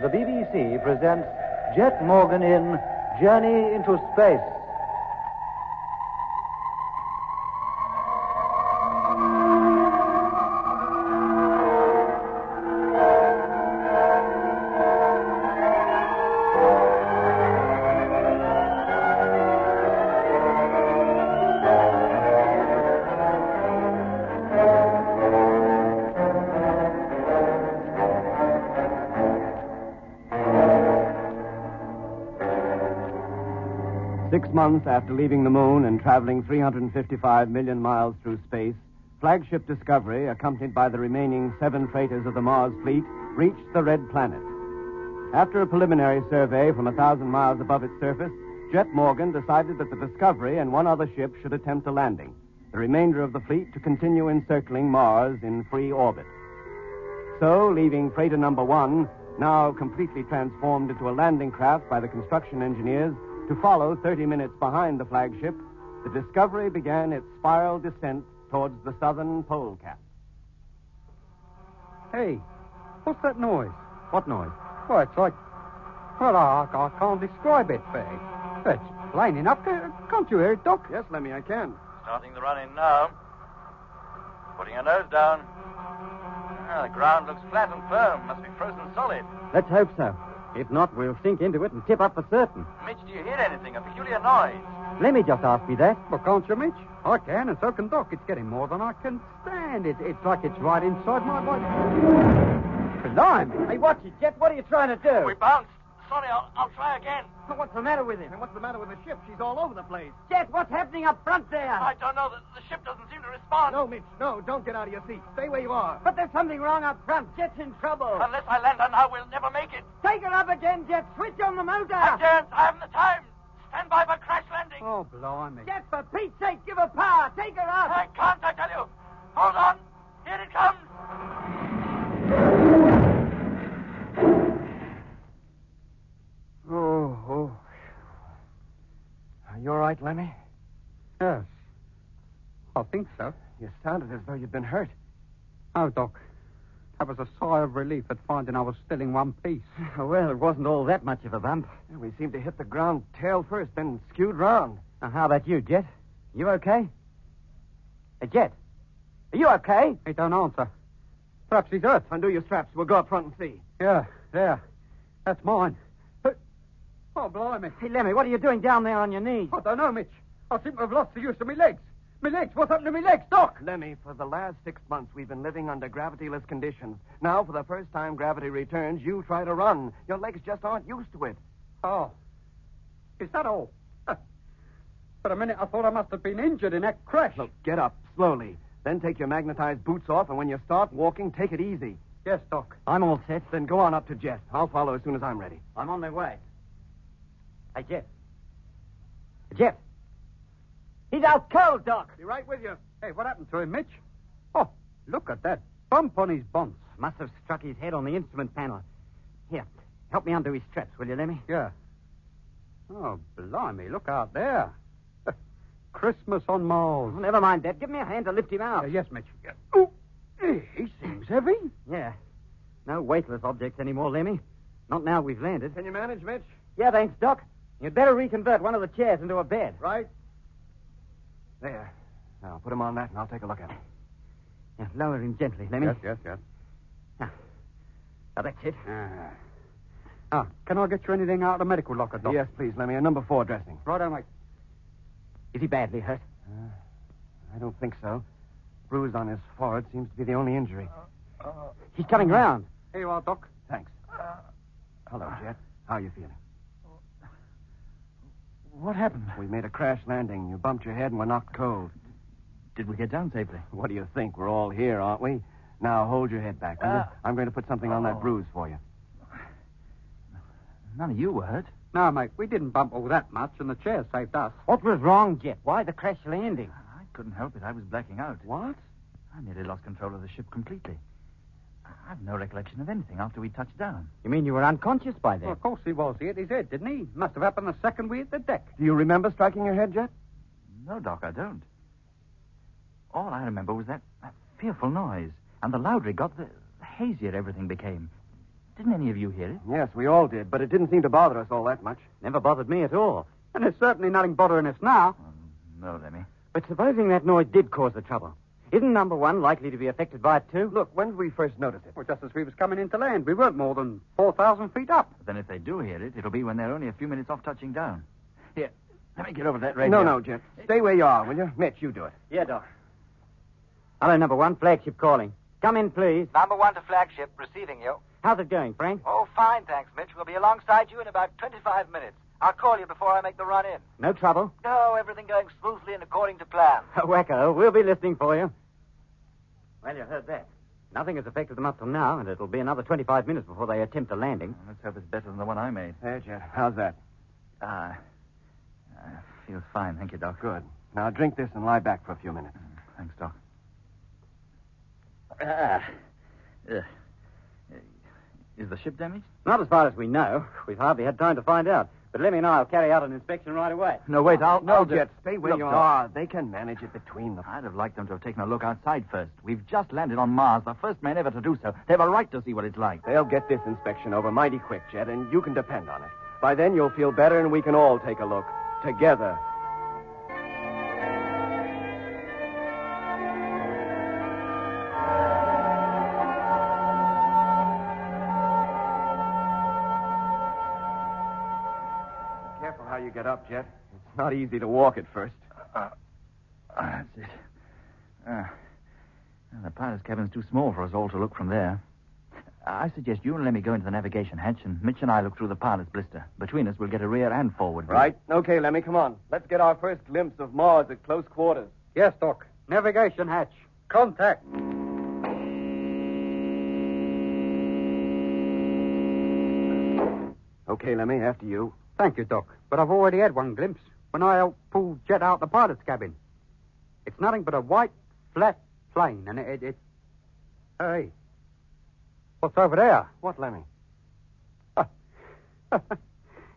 the BBC presents Jet Morgan in Journey into Space. Six months after leaving the moon and traveling 355 million miles through space, flagship Discovery, accompanied by the remaining seven freighters of the Mars fleet, reached the Red Planet. After a preliminary survey from a thousand miles above its surface, Jet Morgan decided that the Discovery and one other ship should attempt a landing, the remainder of the fleet to continue encircling Mars in free orbit. So, leaving freighter number one, now completely transformed into a landing craft by the construction engineers, to follow 30 minutes behind the flagship, the Discovery began its spiral descent towards the southern pole cap. Hey, what's that noise? What noise? Why, it's like. Well, I, I can't describe it, Fay. It's plain enough. Uh, Ca- Can't you hear it, Doc? Yes, Lemmy, I can. Starting the run in now. Putting her nose down. Ah, the ground looks flat and firm. Must be frozen solid. Let's hope so. If not, we'll sink into it and tip up for certain. Mitch, do you hear anything? A peculiar noise. Lemmy just asked me that. Well, can't you, Mitch? I can, and so can Doc. It's getting more than I can stand. It, it's like it's right inside my body. Blimey. Hey, watch it, Jet. What are you trying to do? We bounced. Sorry, I'll, I'll try again. What's the matter with him? And what's the matter with the ship? She's all over the place. Jet, what's happening up front there? I don't know. The, the ship doesn't seem to respond. No, Mitch, no. Don't get out of your seat. Stay where you are. But there's something wrong up front. Jet's in trouble. Uh, Unless I land on her, we'll never make it. Take her up again, Jet. Switch on the motor. Ah. I can't. I haven't the time. Stand by for crash landing. Oh, blimey. Jet, for Pete's sake, give her power. Take her up. I can't, I tell you. Hold on. Here it comes. Oh, oh. Are you all right, Lemmy? Yes. I think so. You sounded as though you'd been hurt. Oh, Doc. That was a sigh of relief at finding I was still in one piece. well, it wasn't all that much of a bump. We seemed to hit the ground tail first, then skewed round. Now, how about you, Jet? You okay? Uh, Jet, are you okay? He don't answer. Perhaps he's hurt. Undo your straps. We'll go up front and see. Yeah, there. That's mine. But... Oh, blimey. Hey, Lemmy, what are you doing down there on your knees? I don't know, Mitch. I seem to have lost the use of my legs. My legs. What's happened to my legs, Doc? Lemmy, for the last six months, we've been living under gravityless conditions. Now, for the first time gravity returns, you try to run. Your legs just aren't used to it. Oh. Is that all? Huh. For a minute, I thought I must have been injured in that crash. Look, get up slowly. Then take your magnetized boots off, and when you start walking, take it easy. Yes, Doc. I'm all set. Then go on up to Jet. I'll follow as soon as I'm ready. I'm on my way. Hey, Jeff. Jeff. He's out cold, Doc. Be right with you. Hey, what happened to him, Mitch? Oh, look at that bump on his bonds. Must have struck his head on the instrument panel. Here, help me undo his straps, will you, Lemmy? Yeah. Oh, blimey, look out there. Christmas on Mars. Oh, never mind that. Give me a hand to lift him out. Uh, yes, Mitch. Yeah. Oh, he seems heavy. Yeah. No weightless objects anymore, Lemmy. Not now we've landed. Can you manage, Mitch? Yeah, thanks, Doc. You'd better reconvert one of the chairs into a bed. Right. There. Now, put him on that, and I'll take a look at him. Now, lower him gently, Lemmy. Yes, yes, yes. Now, now that's it. Ah. ah, can I get you anything out of the medical locker, Doc? Yes, please, Lemmy. A number four dressing. Right on, Mike. Is he badly hurt? Uh, I don't think so. Bruise on his forehead seems to be the only injury. Uh, uh, He's coming round. Here you are, Doc. Thanks. Hello, Jet. How are you feeling? What happened? We made a crash landing. You bumped your head and were knocked cold. Did we get down safely? What do you think? We're all here, aren't we? Now hold your head back. Uh, I'm going to put something on oh. that bruise for you. None of you were hurt. No, mate, we didn't bump all that much, and the chair saved us. What was wrong, Jet? Why the crash landing? I couldn't help it. I was blacking out. What? I nearly lost control of the ship completely. I've no recollection of anything after we touched down. You mean you were unconscious by then? Well, of course he was. He hit his head, didn't he? Must have happened the second we hit the deck. Do you remember striking your head, Jet? No, Doc, I don't. All I remember was that, that fearful noise. And the louder it got, the, the hazier everything became. Didn't any of you hear it? Yes, we all did, but it didn't seem to bother us all that much. Never bothered me at all. And there's certainly nothing bothering us now. Um, no, Lemmy. But supposing that noise did cause the trouble, isn't number one likely to be affected by it too? Look, when did we first notice it? Well, just as we was coming into land, we weren't more than 4,000 feet up. Then if they do hear it, it'll be when they're only a few minutes off touching down. Here, let me get over to that No, radio. no, Jim. Stay where you are, Oh, will you? Mitch, you do it. Yeah, Doc. Hello, number one. Flagship calling. Come in, please. Number one to flagship, receiving you. How's it going, Frank? Oh, fine, thanks, Mitch. We'll be alongside you in about 25 minutes. I'll call you before I make the run in. No trouble. No, everything going smoothly and according to plan. Wacko, we'll be listening for you. Well, you heard that. Nothing has affected them up till now, and it'll be another 25 minutes before they attempt a landing. Let's hope it's better than the one I made. There, Jet. How's that? Ah, uh, feels fine. Thank you, Doc. Good. Now drink this and lie back for a few minutes. Thanks, Doc. Ah. Ugh. Is the ship damaged? Not as far as we know. We've hardly had time to find out. But Lemmy and I will carry out an inspection right away. No, wait, I'll. No, I'll Jet, stay where Look, you Doc, are. They can manage it between them. I'd have liked them to have taken a look outside first. We've just landed on Mars, the first man ever to do so. They have a right to see what it's like. They'll get this inspection over mighty quick, Jet, and you can depend on it. By then, you'll feel better, and we can all take a look. Together. Careful how you get up, Jet. It's not easy to walk at first. Uh, ah, that's it. Ah. Well, the pilot's cabin's too small for us all to look from there. I suggest you and Lemmy go into the navigation hatch, and Mitch and I look through the pilot's blister. Between us, we'll get a rear and forward. view. Right? Okay, Lemmy, come on. Let's get our first glimpse of Mars at close quarters. Yes, Doc. Navigation hatch. Contact. Okay, Lemmy, after you. Thank you, Doc. But I've already had one glimpse when I helped pull Jet out the pilot's cabin. It's nothing but a white, flat plane, and it. it, it... Hey. What's over there? What, Lemmy?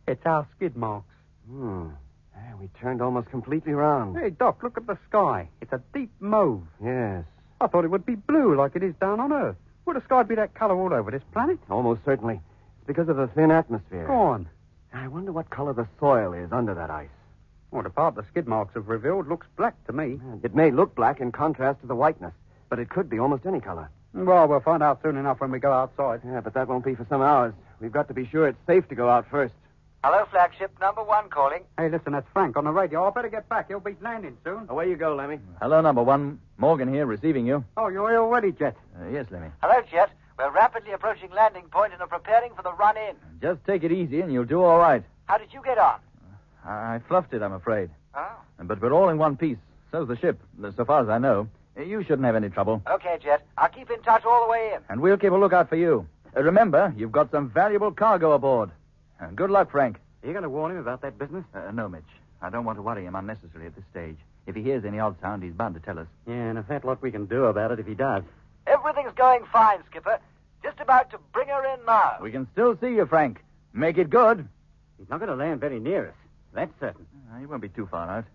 it's our skid marks. Hmm. Hey, we turned almost completely round. Hey, Doc, look at the sky. It's a deep mauve. Yes. I thought it would be blue like it is down on Earth. Would the sky be that color all over this planet? Almost certainly. It's because of the thin atmosphere. Go on. I wonder what color the soil is under that ice. Well, the part the skid marks have revealed looks black to me. It may look black in contrast to the whiteness, but it could be almost any color. Well, we'll find out soon enough when we go outside. Yeah, but that won't be for some hours. We've got to be sure it's safe to go out first. Hello, flagship. Number one calling. Hey, listen, that's Frank on the radio. I better get back. He'll be landing soon. Away you go, Lemmy. Hello, number one. Morgan here, receiving you. Oh, you're here already, Jet. Uh, yes, Lemmy. Hello, Jet. We're rapidly approaching landing point and are preparing for the run in. Just take it easy, and you'll do all right. How did you get on? I, I fluffed it, I'm afraid. Oh. But we're all in one piece. So's the ship, so far as I know. You shouldn't have any trouble. Okay, Jet. I'll keep in touch all the way in. And we'll keep a lookout for you. Uh, remember, you've got some valuable cargo aboard. And good luck, Frank. Are you going to warn him about that business? Uh, no, Mitch. I don't want to worry him unnecessarily at this stage. If he hears any odd sound, he's bound to tell us. Yeah, and if that lot we can do about it if he does. Everything's going fine, Skipper. Just about to bring her in now. We can still see you, Frank. Make it good. He's not going to land very near us. That's certain. Uh, he won't be too far out.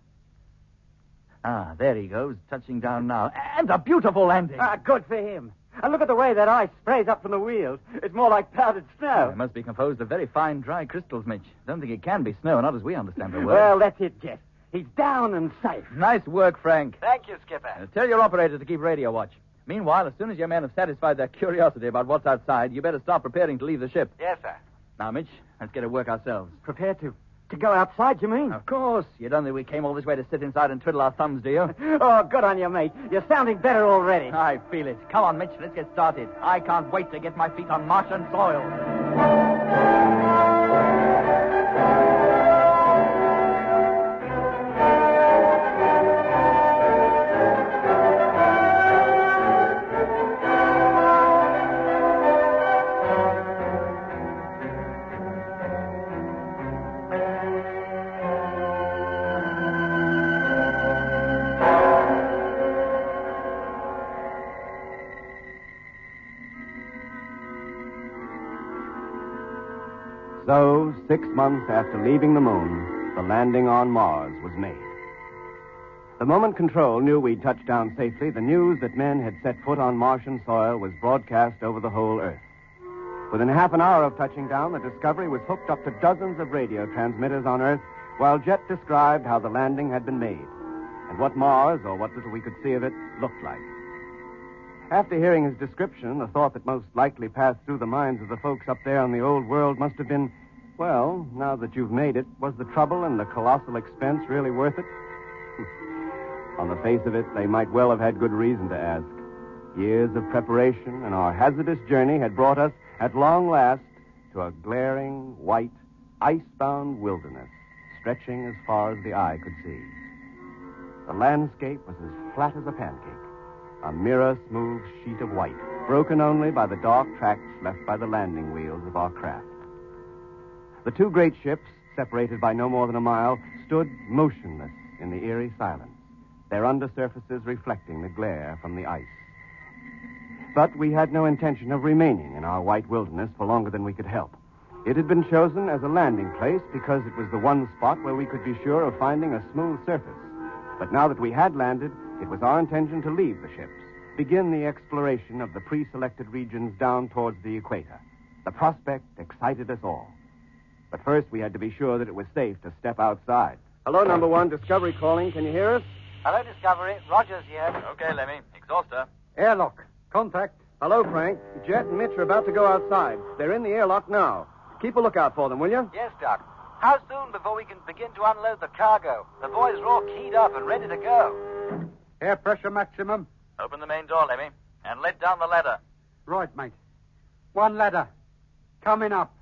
Ah, there he goes, touching down now. And a beautiful landing. Ah, good for him. And look at the way that ice sprays up from the wheels. It's more like powdered snow. It must be composed of very fine, dry crystals, Mitch. Don't think it can be snow, not as we understand the word. Well, that's it, Jet. He's down and safe. nice work, Frank. Thank you, Skipper. Uh, tell your operator to keep radio watch. Meanwhile, as soon as your men have satisfied their curiosity about what's outside, you better start preparing to leave the ship. Yes, sir. Now, Mitch, let's get to work ourselves. Prepare to to go outside, you Oh. mean? Of course. You don't think we came all this way to sit inside and twiddle our thumbs, do you? Oh, good on you, mate. You're sounding better already. I feel it. Come on, Mitch, let's get started. I can't wait to get my feet on Martian soil. So, six months after leaving the moon, the landing on Mars was made. The moment Control knew we'd touched down safely, the news that men had set foot on Martian soil was broadcast over the whole Earth. Within half an hour of touching down, the Discovery was hooked up to dozens of radio transmitters on Earth while Jet described how the landing had been made and what Mars, or what little we could see of it, looked like. After hearing his description, the thought that most likely passed through the minds of the folks up there in the old world must have been well, now that you've made it, was the trouble and the colossal expense really worth it? On the face of it, they might well have had good reason to ask. Years of preparation and our hazardous journey had brought us, at long last, to a glaring, white, ice-bound wilderness stretching as far as the eye could see. The landscape was as flat as a pancake, a mirror smooth sheet of white, broken only by the dark tracks left by the landing wheels of our craft. The two great ships, separated by no more than a mile, stood motionless in the eerie silence, their undersurfaces reflecting the glare from the ice. But we had no intention of remaining in our white wilderness for longer than we could help. It had been chosen as a landing place because it was the one spot where we could be sure of finding a smooth surface. But now that we had landed, it was our intention to leave the ships, begin the exploration of the pre selected regions down towards the equator. The prospect excited us all. But first, we had to be sure that it was safe to step outside. Hello, number one. Discovery calling. Can you hear us? Hello, Discovery. Rogers here. Okay, Lemmy. Exhauster. Airlock. Contact. Hello, Frank. Jet and Mitch are about to go outside. They're in the airlock now. Keep a lookout for them, will you? Yes, Doc. How soon before we can begin to unload the cargo? The boys are all keyed up and ready to go. Air pressure maximum. Open the main door, Lemmy, and let down the ladder. Right, mate. One ladder. Coming up.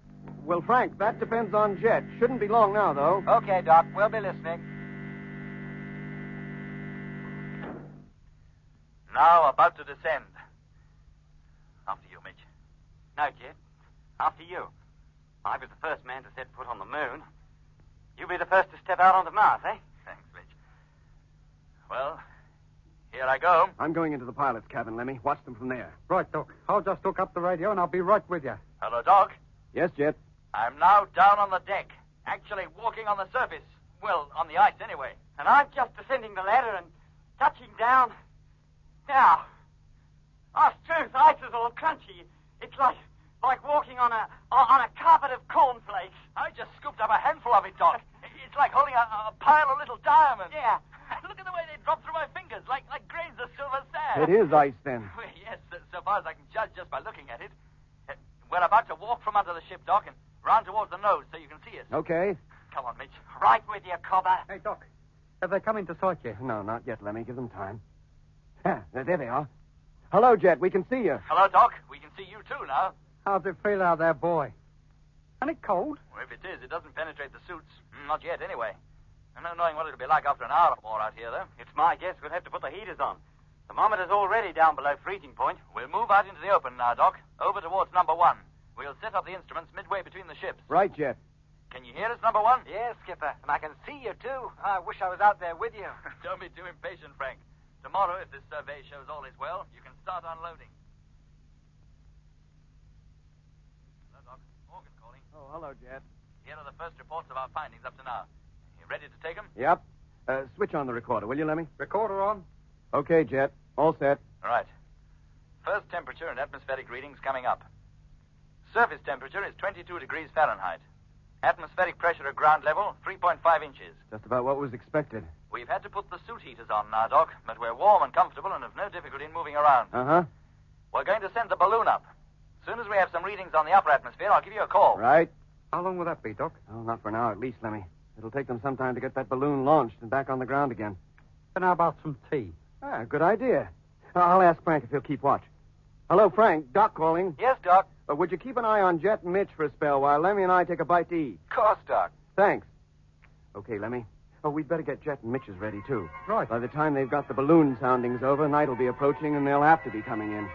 Well, Frank, that depends on Jet. Shouldn't be long now, though. Okay, Doc. We'll be listening. Now about to descend. After you, Mitch. No, Jet. After you. I was the first man to set foot on the moon. You'll be the first to step out onto Mars, eh? Thanks, Mitch. Well, here I go. I'm going into the pilot's cabin, Lemmy. Watch them from there. Right, Doc. I'll just hook up the radio and I'll be right with you. Hello, Doc. Yes, Jet. I'm now down on the deck, actually walking on the surface. Well, on the ice anyway. And I'm just descending the ladder and touching down. Now. Oh, truth, ice is all crunchy. It's like like walking on a on a carpet of cornflakes. I just scooped up a handful of it, Doc. It's like holding a, a pile of little diamonds. Yeah. Look at the way they drop through my fingers, like like grains of silver sand. It is ice, then. Well, yes, so, so far as I can judge just by looking at it. Uh, We're about to walk from under the ship, Doc, and round towards the nose so you can see us. Okay. Come on, Mitch. Right with you, Cobber. Hey, Doc. Have they come into sight yet? No, not yet, Lemmy. Give them time. Ah, there they are. Hello, Jet. We can see you. Hello, Doc. We can see you too now. How's it feel out there, boy? Ain't it cold? Well, if it is, it doesn't penetrate the suits. Mm, Not yet, anyway. I'm not knowing what it'll be like after an hour or more out here, though. It's my guess we'll have to put the heaters on. Thermometer's already down below freezing point. We'll move out into the open now, Doc. Over towards number one. We'll set up the instruments midway between the ships. Right, Jet. Can you hear us, number one? Yes, Skipper. And I can see you, too. I wish I was out there with you. Don't be too impatient, Frank. Tomorrow, if this survey shows all is well, you can start unloading. Hello, Doc. Morgan calling. Oh, hello, Jet. Here are the first reports of our findings up to now. You ready to take 'em? Yep. Uh, switch on the recorder, will you, Lemmy? Recorder on. Okay, Jet. All set. All right. First temperature and atmospheric readings coming up. Surface temperature is 22 degrees Fahrenheit. Atmospheric pressure at ground level, 3.5 inches. Just about what was expected. We've had to put the suit heaters on now, Doc, but we're warm and comfortable and have no difficulty in moving around. Uh huh. We're going to send the balloon up. As soon as we have some readings on the upper atmosphere, I'll give you a call. Right. How long will that be, Doc? Oh, not for an hour at least, Lemmy. It'll take them some time to get that balloon launched and back on the ground again. Then how about some tea? Ah, good idea. Uh, I'll ask Frank if he'll keep watch. Hello, Frank. Doc calling. Yes, Doc. Uh, would you keep an eye on Jet and Mitch for a spell while Lemmy and I take a bite to eat? Of course, Doc. Thanks. Okay, Lemmy. Oh, we'd better get Jet and Mitch's ready, too. Right. By the time they've got the balloon soundings over, night will be approaching and they'll have to be coming in.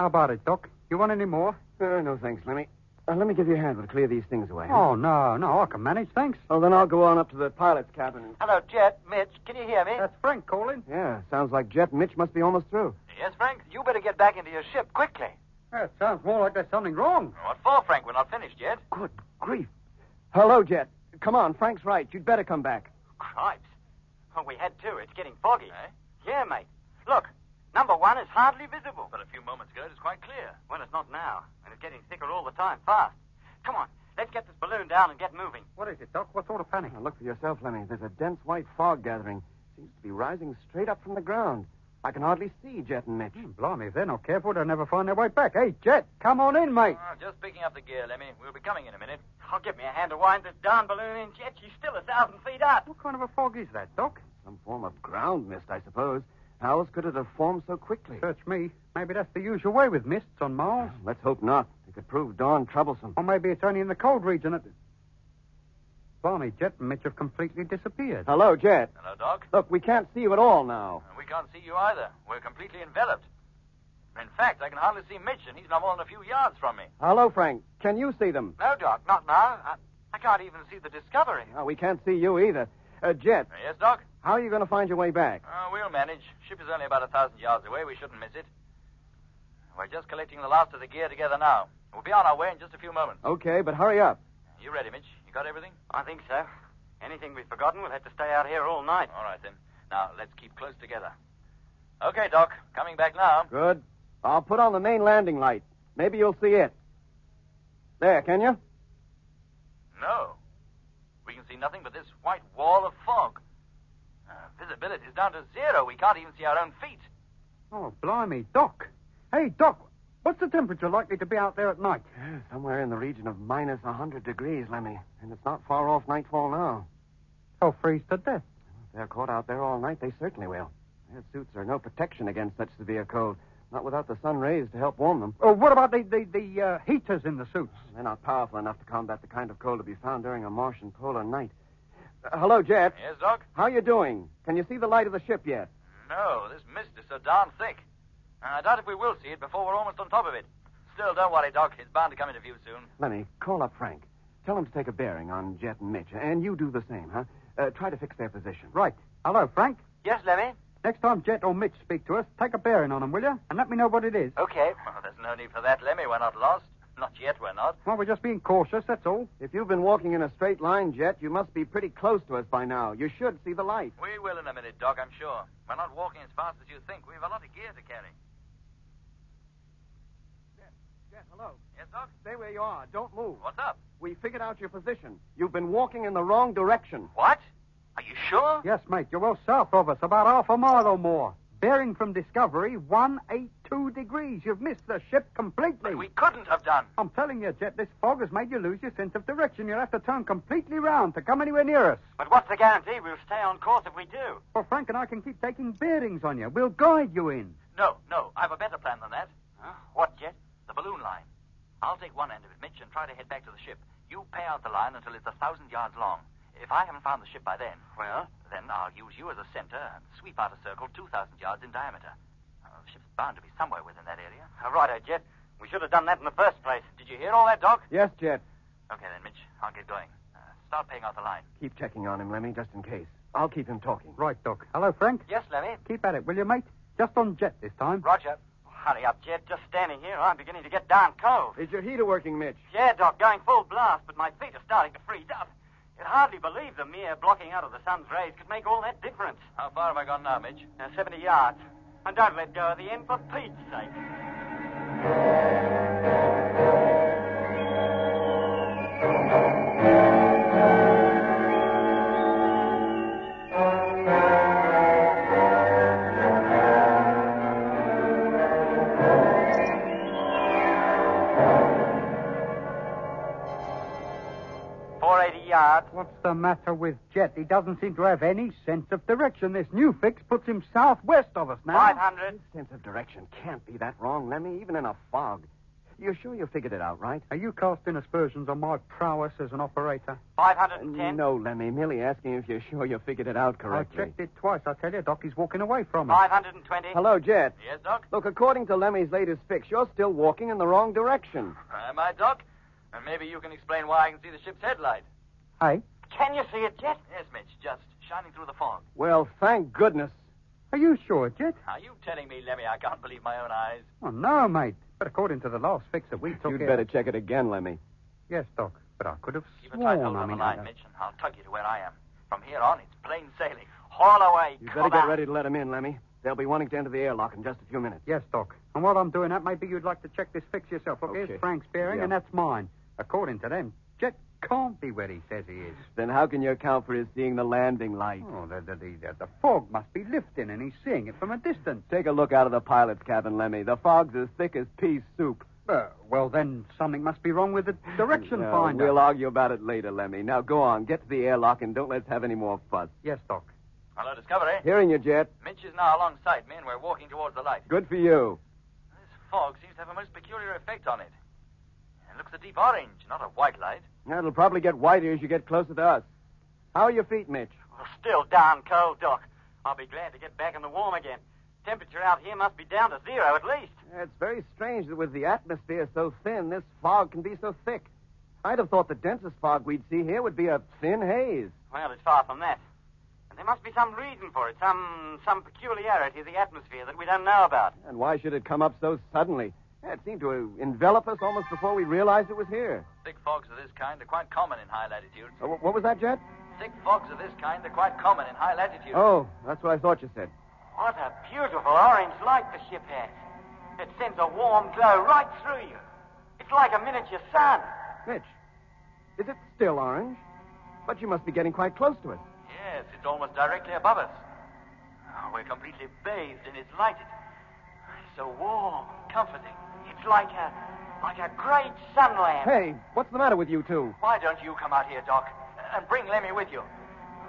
How about it, Doc? You want any more? Uh, no thanks, Lemmy. Uh, let me give you a hand. We'll clear these things away. Oh, no, no, I can manage, thanks. Well, then I'll go on up to the pilot's cabin. and- Hello, Jet, Mitch, can you hear me? That's Frank calling. Yeah, sounds like Jet Mitch must be almost through. Yes, Frank? You better get back into your ship quickly. That sounds more like there's something wrong. What for, Frank? We're not finished yet. Good grief. Hello, Jet. Come on, Frank's right. You'd better come back. Cripes. Oh, we had two. It's getting foggy. Eh? Yeah, mate. Look, number one is hardly visible. But a few moments ago, it was quite clear. Well, it's not now, and it's getting thicker all the time, fast. Come on, let's get this balloon down and get moving. What is it, Doc? What sort of panic? Now, look for yourself, Lemmy. There's a dense white fog gathering. Seems to be rising straight up from the ground. I can hardly see Jet and Mitch. Hmm, Blimey, if they're not careful, they'll never find their way back. Hey, Jet, come on in, mate. Ah, just picking up the gear, Lemmy. We'll be coming in a minute. Oh, give me a hand to wind this darn balloon in, Jet. She's still a thousand feet up. What kind of a fog is that, Doc? Some form of ground mist, I suppose. How else could it have formed so quickly? Search me. Maybe that's the usual way with mists on Mars. Let's hope not. It could prove darn troublesome. Or maybe it's only in the cold region at. Blimey, Jet and Mitch have completely disappeared. Oh. Hello, Jet. Hello, Doc. Look, we can't see you at all now. And we can't see you either. We're completely enveloped. In fact, I can hardly see Mitch, and he's not more than a few yards from me. Hello, Frank. Can you see them? No, Doc, not now. I, I can't even see the Discovery. No, Ah, we can't see you either. Uh, Jet, Uh, yes, Doc? how are you going to find your way back? Uh, we'll manage. Ship is only about a thousand yards away. We shouldn't miss it. We're just collecting the last of the gear together now. We'll be on our way in just a few moments. Okay, but hurry up. You ready, Mitch? You got everything? I think so. Anything we've forgotten, we'll have to stay out here all night. All right, then. Now, let's keep close together. Okay, Doc. Coming back now. Good. I'll put on the main landing light. Maybe you'll see it. There, can you? No. We can see nothing but this white wall of fog. Uh, visibility is down to zero. We can't even see our own feet. Oh, blimey, Doc. Hey, Doc, what's the temperature likely to be out there at night? Yeah, somewhere in the region of minus 100 degrees, Lemmy. And it's not far off nightfall now. They'll freeze to death. If they're caught out there all night, they certainly will. Their suits are no protection against such severe cold, not without the sun rays to help warm them. Oh, what about the, the, the uh, heaters in the suits? They're not powerful enough to combat the kind of cold to be found during a Martian polar night. Uh, hello, Jet. Yes, Doc? How you doing? Can you see the light of the ship yet? No, this mist is so darn thick. And I doubt if we will see it before we're almost on top of it. Still, don't worry, Doc. It's bound to come into view soon. Lenny, call up Frank. Tell him to take a bearing on Jet and Mitch, and you do the same, huh? Uh, try to fix their position. Right. Hello, Frank. Yes, Lemmy? Next time Jet or Mitch speak to us, take a bearing on them, will you? And let me know what it is. Okay. Well, there's no need for that, Lemmy. We're not lost. Not yet, we're not. Well, we're just being cautious, that's all. If you've been walking in a straight line, Jet, you must be pretty close to us by now. You should see the light. We will in a minute, Doc, I'm sure. We're not walking as fast as you think. We've a lot of gear to carry. Jet, hello. Yes, Doc? Stay where you are. Don't move. What's up? We figured out your position. You've been walking in the wrong direction. What? Are you sure? Yes, mate, you're well south of us, about half a mile or more. Bearing from Discovery, 182 degrees. You've missed the ship completely. But we couldn't have done. I'm telling you, Jet, this fog has made you lose your sense of direction. You'll have to turn completely round to come anywhere near us. But what's the guarantee we'll stay on course if we do? Well, Frank and I can keep taking bearings on you. We'll guide you in. No, no. I have a better plan than that. Huh? What, Jet? The balloon line. I'll take one end of it, Mitch, and try to head back to the ship. You pay out the line until it's a thousand yards long. If I haven't found the ship by then, Well? then I'll use you as a center and sweep out a circle two thousand yards in diameter. Uh, the ship's bound to be somewhere within that area. All Uh, right, Jet. We should have done that in the first place. Did you hear all that, Doc? Yes, Jet. Okay then, Mitch. I'll get going. Uh, start paying out the line. Keep checking on him, Lemmy, just in case. I'll keep him talking. Right, Doc. Hello, Frank. Yes, Lemmy. Keep at it, will you, mate? Just on Jet this time. Roger. Hurry up, Jet. Just standing here, I'm beginning to get darn cold. Is your heater working, Mitch? Yeah, Doc, going full blast, but my feet are starting to freeze up. You'd hardly believe the mere blocking out of the sun's rays could make all that difference. How far have I gone now, Mitch? Now, 70 yards. And don't let go of the end for Pete's sake. Four eighty yards. What's the matter with Jet? He doesn't seem to have any sense of direction. This new fix puts him southwest of us now. Five hundred. Sense of direction can't be that wrong, Lemmy, even in a fog. You're sure you figured it out, right? Are you casting aspersions on my prowess as an operator? Five hundred and ten. No, Lemmy, merely asking if you're sure you figured it out correctly. I checked it twice. I tell you, Doc, he's walking away from us. Five hundred and twenty. Hello, Jet. Yes, Doc. Look, according to Lemmy's latest fix, you're still walking in the wrong direction. Am I, Doc? And maybe you can explain why I can see the ship's headlight. Hey? Can you see it, Jet? Yes, Mitch, just shining through the fog. Well, thank goodness. Are you sure, Jet? Are you telling me, Lemmy, I can't believe my own eyes? Oh, no, mate. But according to the last fix that we took... You'd it- better check it again, Lemmy. Yes, Doc. But I could have Keep a sworn... tight hold I on the mean, line, I- Mitch, and I'll tug you to where I am. From here on, it's plain sailing. Haul away. You'd come better get out. ready to let him in, Lemmy. They'll be wanting to enter the airlock in just a few minutes. Yes, Doc. And while I'm doing that, maybe you'd like to check this fix yourself. Look, Okay. here's Frank's bearing, Yeah. and that's mine. According to them, Jet can't be where he says he is. Then how can you account for his seeing the landing light? Oh, the, the, the, the, the fog must be lifting, and he's seeing it from a distance. Take a look out of the pilot's cabin, Lemmy. The fog's as thick as pea soup. Uh, well, then something must be wrong with the direction No, finder. We'll uh, argue about it later, Lemmy. Now go on, get to the airlock, and don't let's have any more fuss. Yes, Doc. Hello, Discovery. Hearing you, Jet. Mitch is now alongside me, and we're walking towards the light. Good for you. This fog seems to have a most peculiar effect on it. It looks a deep orange, not a white light. It'll probably get whiter as you get closer to us. How are your feet, Mitch? Well, still darn cold, Doc. I'll be glad to get back in the warm again. Temperature out here must be down to zero at least. It's very strange that with the atmosphere so thin, this fog can be so thick. I'd have thought the densest fog we'd see here would be a thin haze. Well, it's far from that. And there must be some reason for it, some some peculiarity of the atmosphere that we don't know about. And why should it come up so suddenly? It seemed to envelop us almost before we realized it was here. Thick fogs of this kind are quite common in high latitudes. Uh, wh- What was that, Jet? Thick fogs of this kind are quite common in high latitudes. Oh, that's what I thought you said. What a beautiful orange light the ship has. It sends a warm glow right through you. It's like a miniature sun. Mitch, is it still orange? But you must be getting quite close to it. Yes, it's almost directly above us. Oh, we're completely bathed in its light. It's so warm, comforting. It's like a like a great sun lamp. Hey, what's the matter with you two? Why don't you come out here, Doc, and bring Lemmy with you?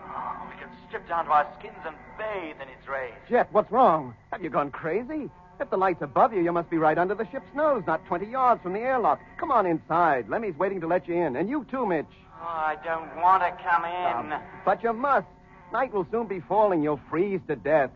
Oh, we can strip down to our skins and bathe in its rays. Jet, what's wrong? Have you gone crazy? If the light's above you, you must be right under the ship's nose, not 20 yards from the airlock. Come on inside. Lemmy's waiting to let you in, and you too, Mitch. Oh, I don't want to come in. Um, but you must. Night will soon be falling. You'll freeze to death.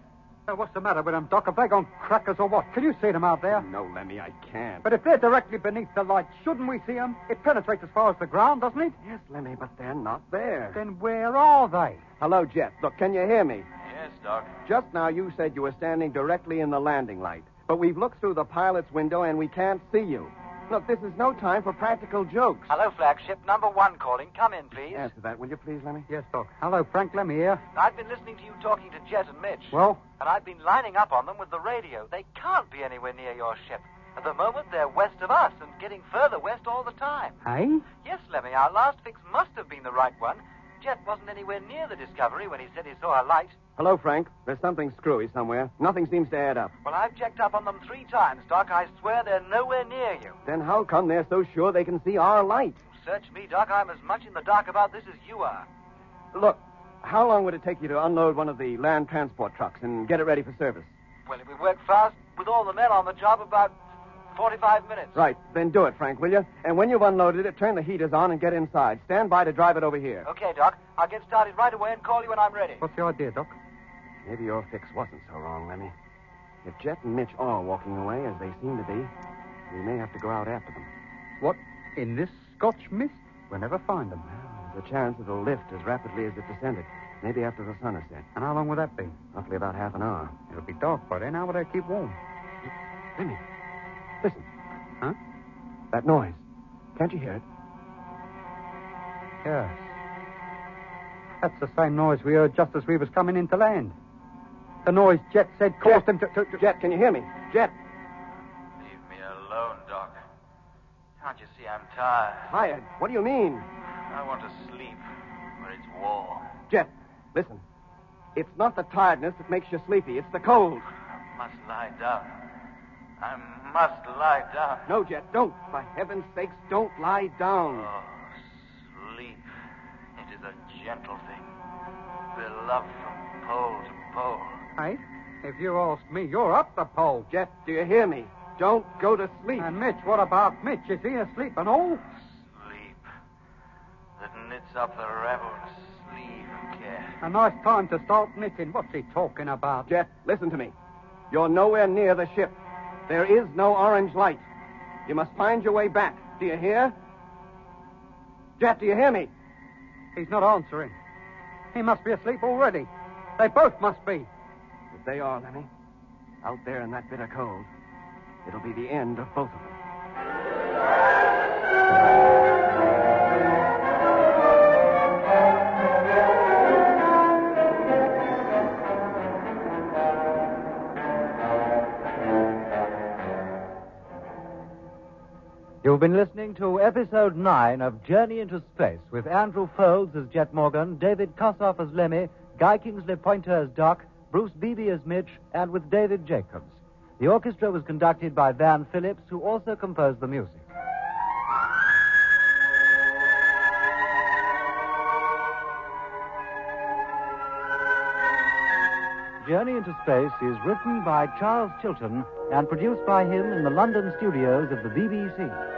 Now, what's the matter with them, Doc? Have they gone crackers or what? Can you see them out there? No, Lemmy, I can't. But if they're directly beneath the light, shouldn't we see them? It penetrates as far as the ground, doesn't it? Yes, Lemmy, but they're not there. Then where are they? Hello, Jet. Look, can you hear me? Yes, Doc. Just now you said you were standing directly in the landing light, but we've looked through the pilot's window and we can't see you. Look, this is no time for practical jokes. Hello, flagship number one calling. Come in, please. Answer that, will you please, Lemmy? Yes, Doc. Hello, Frank Lemmy here. I've been listening to you talking to Jet and Mitch. Well, and I've been lining up on them with the radio. They can't be anywhere near your ship. At the moment, they're west of us and getting further west all the time. hey? Yes, Lemmy, our last fix must have been the right one. Jet wasn't anywhere near the Discovery when he said he saw a light. Hello, Frank. There's something screwy somewhere. Nothing seems to add up. Well, I've checked up on them three times, Doc. I swear they're nowhere near you. Then how come they're so sure they can see our light? Search me, Doc. I'm as much in the dark about this as you are. Look, how long would it take you to unload one of the land transport trucks and get it ready for service? Well, if we work fast with all the men on the job, about 45 minutes. Right, then do it, Frank, will you? And when you've unloaded it, turn the heaters on and get inside. Stand by to drive it over here. Okay, Doc. I'll get started right away and call you when I'm ready. What's the idea, Doc? Maybe your fix wasn't so wrong, Lemmy. If Jet and Mitch are walking away, as they seem to be, we may have to go out after them. What? In this Scotch mist? We'll never find them. There's a chance it'll lift as rapidly as it descended. Maybe after the sun has set. And how long will that be? Roughly about half an hour. It'll be dark by then. How will they keep warm? Lemmy, listen. Huh? That noise. Can't you hear it? Yes. That's the same noise we heard just as we was coming in to land. The noise Jet said caused them to, to, to... Jet, can you hear me? Jet, Leave me alone, Doc. Can't you see I'm tired? tired. What do you mean? I want to sleep where it's warm. Jet, listen. It's not the tiredness that makes you sleepy. It's the cold. I must lie down. I must lie down. No, Jet, don't. For heaven's sakes, don't lie down. Oh, sleep. It is a gentle thing. Beloved from pole to pole. Hey? If you ask me, you're up the pole, Jet. Jet, do you hear me? Don't go to sleep. And Mitch, what about Mitch? Is he asleep and all? Sleep. That knits up the rebel's sleeve of care. A nice time to start knitting. What's he talking about? Jet, listen to me. You're nowhere near the ship. There is no orange light. You must find your way back. Do you hear? Jet, do you hear me? He's not answering. He must be asleep already. They both must be. If they are, Lemmy, out there in that bitter cold, it'll be the end of both of them. You've been listening to episode 9 of Journey into Space with Andrew Folds as Jet Morgan, David Kossoff as Lemmy, Guy Kingsley Pointer as Doc, Bruce Beebe as Mitch, and with David Jacobs. The orchestra was conducted by Van Phillips, who also composed the music. Journey into Space is written by Charles Chilton and produced by him in the London studios of the BBC.